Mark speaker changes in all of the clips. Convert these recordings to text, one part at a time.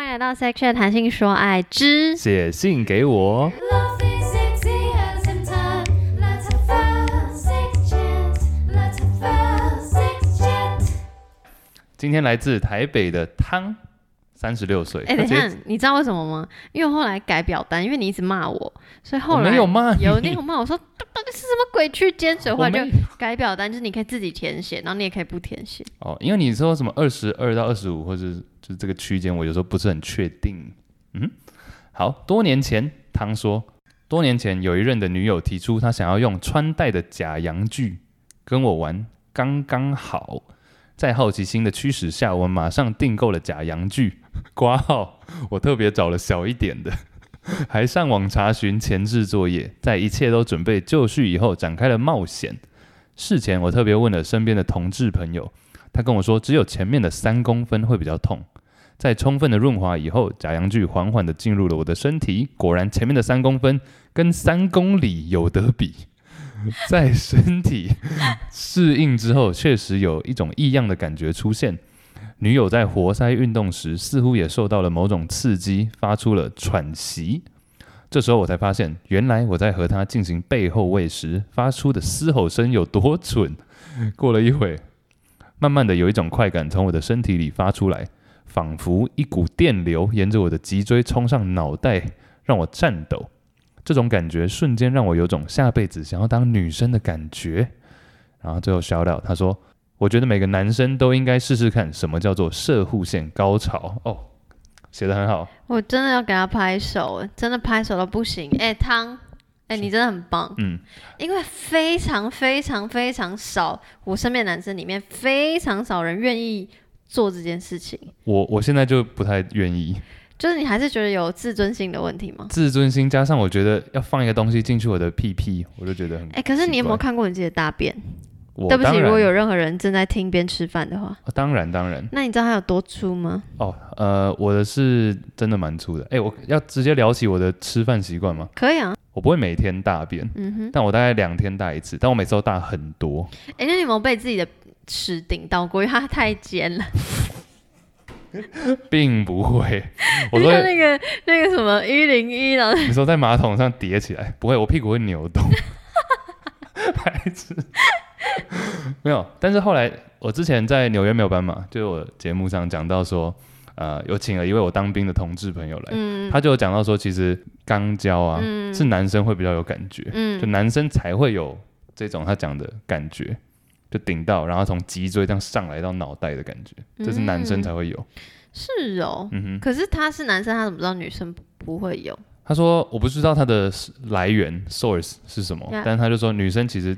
Speaker 1: 迎来到 Section 谈性说爱之
Speaker 2: 写信给我。
Speaker 3: Love is sexy as in time. Let's have a sex chat. Let's have a sex chat.
Speaker 2: 今天来自台北的汤，三十六岁。
Speaker 1: 哎、等一
Speaker 2: 他
Speaker 1: 下
Speaker 2: 直接，
Speaker 1: 你知道为什么吗？因为我后来改表单，因为你一直骂我，所以后
Speaker 2: 我
Speaker 1: 来
Speaker 2: 没有骂你
Speaker 1: 有那种骂我说到到底是什么鬼去尖嘴，后
Speaker 2: 我
Speaker 1: 来
Speaker 2: 没
Speaker 1: 就改表单，就是你可以自己填写，然后你也可以不填写。
Speaker 2: 哦，因为你说什么二十二到二十五，或者是就是这个区间，我有时候不是很确定。嗯，好多年前，汤说，多年前有一任的女友提出，她想要用穿戴的假洋具跟我玩刚刚好。在好奇心的驱使下，我马上订购了假洋具， 挂号。我特别找了小一点的， 还上网查询前置作业。在一切都准备就绪以后，展开了冒险。事前我特别问了身边的同志朋友，他跟我说，只有前面的三公分会比较痛。在充分的润滑以后，假阳具缓缓地进入了我的身体。果然，前面的三公分跟三公里有得比。 在身体适应之后，确实有一种异样的感觉出现。女友在活塞运动时，似乎也受到了某种刺激，发出了喘息。这时候我才发现，原来我在和她进行背后喂时发出的嘶吼声有多蠢。过了一会，慢慢的有一种快感从我的身体里发出来，仿佛一股电流沿着我的脊椎冲上脑袋，让我颤抖。这种感觉瞬间让我有种下辈子想要当女生的感觉。然后最后 shout out，他说：“我觉得每个男生都应该试试看什么叫做射护线高潮。”哦，写的很好，
Speaker 1: 我真的要给他拍手，真的拍手到不行。哎、汤，哎、你真的很棒，
Speaker 2: 嗯，
Speaker 1: 因为非常非常非常少，我身边的男生里面非常少人愿意做这件事情。
Speaker 2: 我我现在就不太愿意。
Speaker 1: 就是你还是觉得有自尊心的问题吗？
Speaker 2: 自尊心加上我觉得要放一个东西进去我的屁屁，我就觉得很
Speaker 1: 哎、可是你有没有
Speaker 2: 奇怪
Speaker 1: 看过你自己的大便？
Speaker 2: 我
Speaker 1: 哎对不起，
Speaker 2: 当然
Speaker 1: 如果有任何人正在听边吃饭的话，
Speaker 2: 哦当然当然
Speaker 1: 那你知道它有多粗吗？
Speaker 2: 哦，呃，我的是真的蛮粗的。哎，我要直接聊起我的吃饭习惯吗？
Speaker 1: 可以啊，
Speaker 2: 我不会每天大便，
Speaker 1: 嗯哼。
Speaker 2: 但我大概两天大一次，但我每次都大很多。
Speaker 1: 哎、那你有没有被自己的屎顶到过？因为它太尖了。
Speaker 2: 并不会，我
Speaker 1: 就
Speaker 2: 说
Speaker 1: 像那个那个什么一零一，啊然后
Speaker 2: 你说在马桶上叠起来，不会，我屁股会 扭动，白痴。没有，但是后来我之前在纽约没有斑马，就是我节目上讲到说，呃，有请了一位我当兵的同志朋友来，
Speaker 1: 嗯
Speaker 2: 他就有讲到说，其实肛交啊、
Speaker 1: 嗯
Speaker 2: 是男生会比较有感觉，就
Speaker 1: 嗯，
Speaker 2: 男生才会有这种他讲的感觉，就顶到，然后从脊椎这样上来到脑袋的感觉，这是男
Speaker 1: 嗯
Speaker 2: 生才会有。
Speaker 1: 是哦。
Speaker 2: 嗯哼，
Speaker 1: 可是他是男生，他怎么知道女生不不会有？
Speaker 2: 他说我不知道他的来源 source 是什么
Speaker 1: Yeah
Speaker 2: 但是他就说女生其实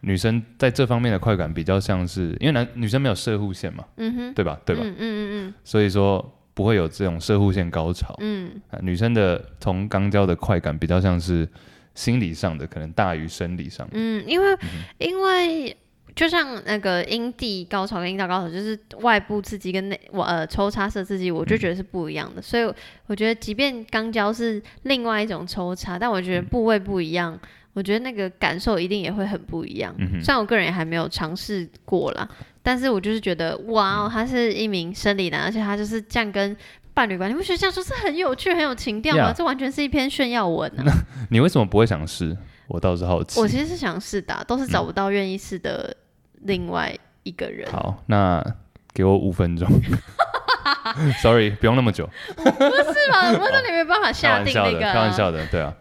Speaker 2: 女生在这方面的快感比较像是，因为男女生没有射护线嘛，
Speaker 1: 嗯哼，
Speaker 2: 对吧？对吧？
Speaker 1: 嗯嗯嗯
Speaker 2: 所以说。不会有这种射护线高潮、
Speaker 1: 嗯嗯，
Speaker 2: 啊女生的从肛交的快感比较像是心理上的，可能大于生理上的。
Speaker 1: 嗯，因为、因为就像那个阴蒂高潮跟阴道高潮，就是外部刺激跟内我呃抽插式刺激，我就觉得是不一样的。所以我觉得，即便肛交是另外一种抽插，但我
Speaker 2: 嗯
Speaker 1: 觉得部位不一样，我觉得那个感受一定也会很不一样。
Speaker 2: 嗯哼
Speaker 1: 虽然我个人也还没有尝试过啦，但是我就是觉得，哇
Speaker 2: 嗯
Speaker 1: 哦，他是一名生理男，而且他就是这样跟。伴侣关系，你不觉得这样说是很有趣、很有情调吗
Speaker 2: Yeah
Speaker 1: 这完全是一篇炫耀文啊！
Speaker 2: 你为什么不会想试？我倒是好奇。
Speaker 1: 我其实是想试的啊、都是找不到愿意试的另外一个人。
Speaker 2: 嗯好，那给我 五分钟。Sorry，不用那么久，
Speaker 1: 是吧？我说你没办法
Speaker 2: 开
Speaker 1: 下
Speaker 2: 玩
Speaker 1: 定
Speaker 2: 笑
Speaker 1: 那
Speaker 2: 的，
Speaker 1: 个、
Speaker 2: 开玩。笑的，对啊。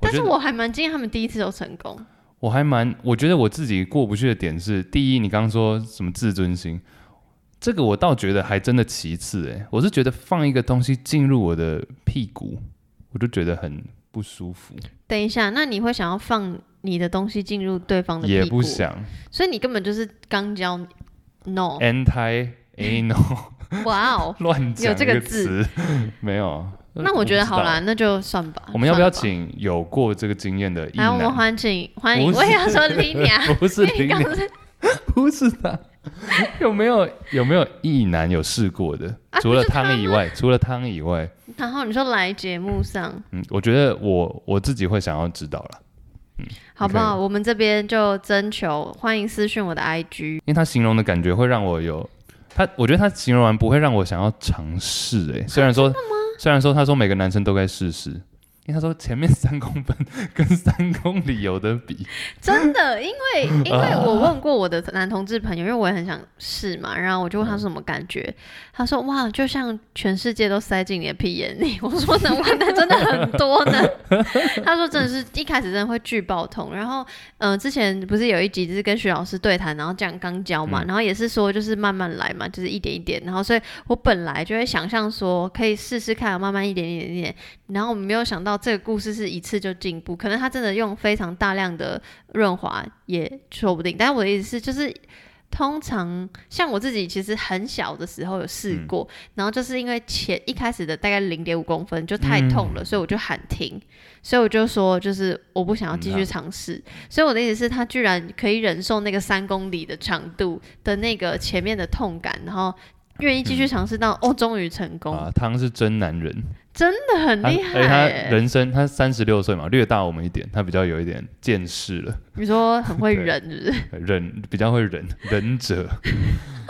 Speaker 2: 我
Speaker 1: 但
Speaker 2: 觉
Speaker 1: 是
Speaker 2: 得
Speaker 1: 我还蛮惊讶，他们第一次都成功。
Speaker 2: 我还蛮，我觉得我自己过不去的点是，第一，你刚刚说什么自尊心，这个我倒觉得还真的其次、欸，我是觉得放一个东西进入我的屁股，我就觉得很不舒服，
Speaker 1: 等一下，那你会想要放你的东西进入对方的屁哦
Speaker 2: 也
Speaker 1: 股？
Speaker 2: 不，想哎
Speaker 1: 所以你根本就是刚交 no。
Speaker 2: anti anal
Speaker 1: 哇哦，
Speaker 2: 乱讲
Speaker 1: 有这
Speaker 2: 一
Speaker 1: 个
Speaker 2: 个
Speaker 1: 字
Speaker 2: 词， 没有。
Speaker 1: 那我觉得
Speaker 2: 呃不知
Speaker 1: 好
Speaker 2: 道
Speaker 1: 啦，，那就算吧。
Speaker 2: 我们要不要
Speaker 1: 算
Speaker 2: 请有过这个经验的异
Speaker 1: 吧？来，我们
Speaker 2: 男
Speaker 1: 欢迎欢迎，
Speaker 2: 不是
Speaker 1: 我也要说你俩。
Speaker 2: 不 是
Speaker 1: 你
Speaker 2: 零
Speaker 1: 刚
Speaker 2: 零，
Speaker 1: 才
Speaker 2: 不是他。有没有有没有一男有试过的？
Speaker 1: 啊
Speaker 2: 除了
Speaker 1: 不是他
Speaker 2: 汤以外，除了汤以外，
Speaker 1: 然后你说来节目上，
Speaker 2: 嗯，我觉得我我自己会想要知道了，
Speaker 1: 好不
Speaker 2: OK
Speaker 1: 好？我们这边就征求，欢迎私讯我的 IG。
Speaker 2: 因为他形容的感觉会让我有他我觉得他形容完不会让我想要尝试
Speaker 1: 啊
Speaker 2: 哎，虽然说虽然说他说每个男生都该试试，因为他说前面三公分跟三公里有的比，
Speaker 1: 真的，因为因为我问过我的男同志朋友，因为我也很想试嘛，然后我就问他是什么感觉，他说哇，就像全世界都塞进你的屁眼里。 我说能玩的真的很多呢。他说真的是一开始真的会巨爆痛，然后嗯、呃之前不是有一集就是跟徐老师对谈，然后这样刚教嘛，
Speaker 2: 嗯
Speaker 1: 然后也是说就是慢慢来嘛，就是一点一点，然后所以我本来就会想象说可以试试看，慢慢一点一点一点，然后我们没有想到这个故事是一次就进步，可能他真的用非常大量的润滑也说不定。但我的意思是，就是通常像我自己，其实很小的时候有试
Speaker 2: 嗯
Speaker 1: 过，然后就是因为前一开始的大概零点五公分就太痛了，所以我就喊停，所以我就说就是我不想要继续尝试。所以我的意思是，他居然可以忍受那个三公里的长度的那个前面的痛感，然后愿意继续尝试到、哦，终于成功，
Speaker 2: 嗯啊，汤是真男人，
Speaker 1: 真的很
Speaker 2: 他
Speaker 1: 厉害、
Speaker 2: 而且他
Speaker 1: 欸
Speaker 2: 人生他三十六岁嘛，略大我们一点，他比较有一点见识了，
Speaker 1: 你说很会
Speaker 2: 对
Speaker 1: 忍是不是？
Speaker 2: 忍比较会忍忍者。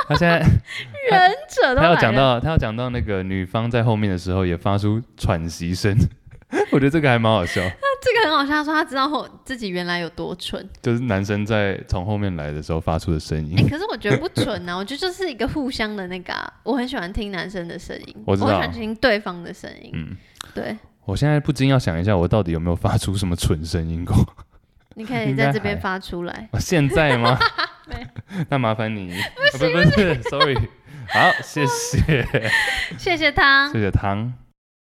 Speaker 2: 他现在
Speaker 1: 忍者都
Speaker 2: 他要
Speaker 1: 来
Speaker 2: 讲
Speaker 1: 了
Speaker 2: 到他要讲到那个女方在后面的时候也发出喘息声， 我觉得这个还蛮好笑，
Speaker 1: 这个很好笑，他说他知道后自己原来有多蠢。
Speaker 2: 就是男生在从后面来的时候发出的声音
Speaker 1: 哎、。可是我觉得不蠢啊，我 觉得就是一个互相的那个、啊，我很喜欢听男生的声音，
Speaker 2: 我知道
Speaker 1: 很喜欢听对方的声音。
Speaker 2: 嗯，
Speaker 1: 对，
Speaker 2: 我现在不禁要想一下，我到底有没有发出什么蠢声音过？
Speaker 1: 你可以
Speaker 2: 应该
Speaker 1: 在这边
Speaker 2: 还
Speaker 1: 发出来。
Speaker 2: 啊现在 吗
Speaker 1: 没？
Speaker 2: 那麻烦你，啊不是不是，sorry。好，谢谢，
Speaker 1: 谢谢他
Speaker 2: 啊谢，谢汤。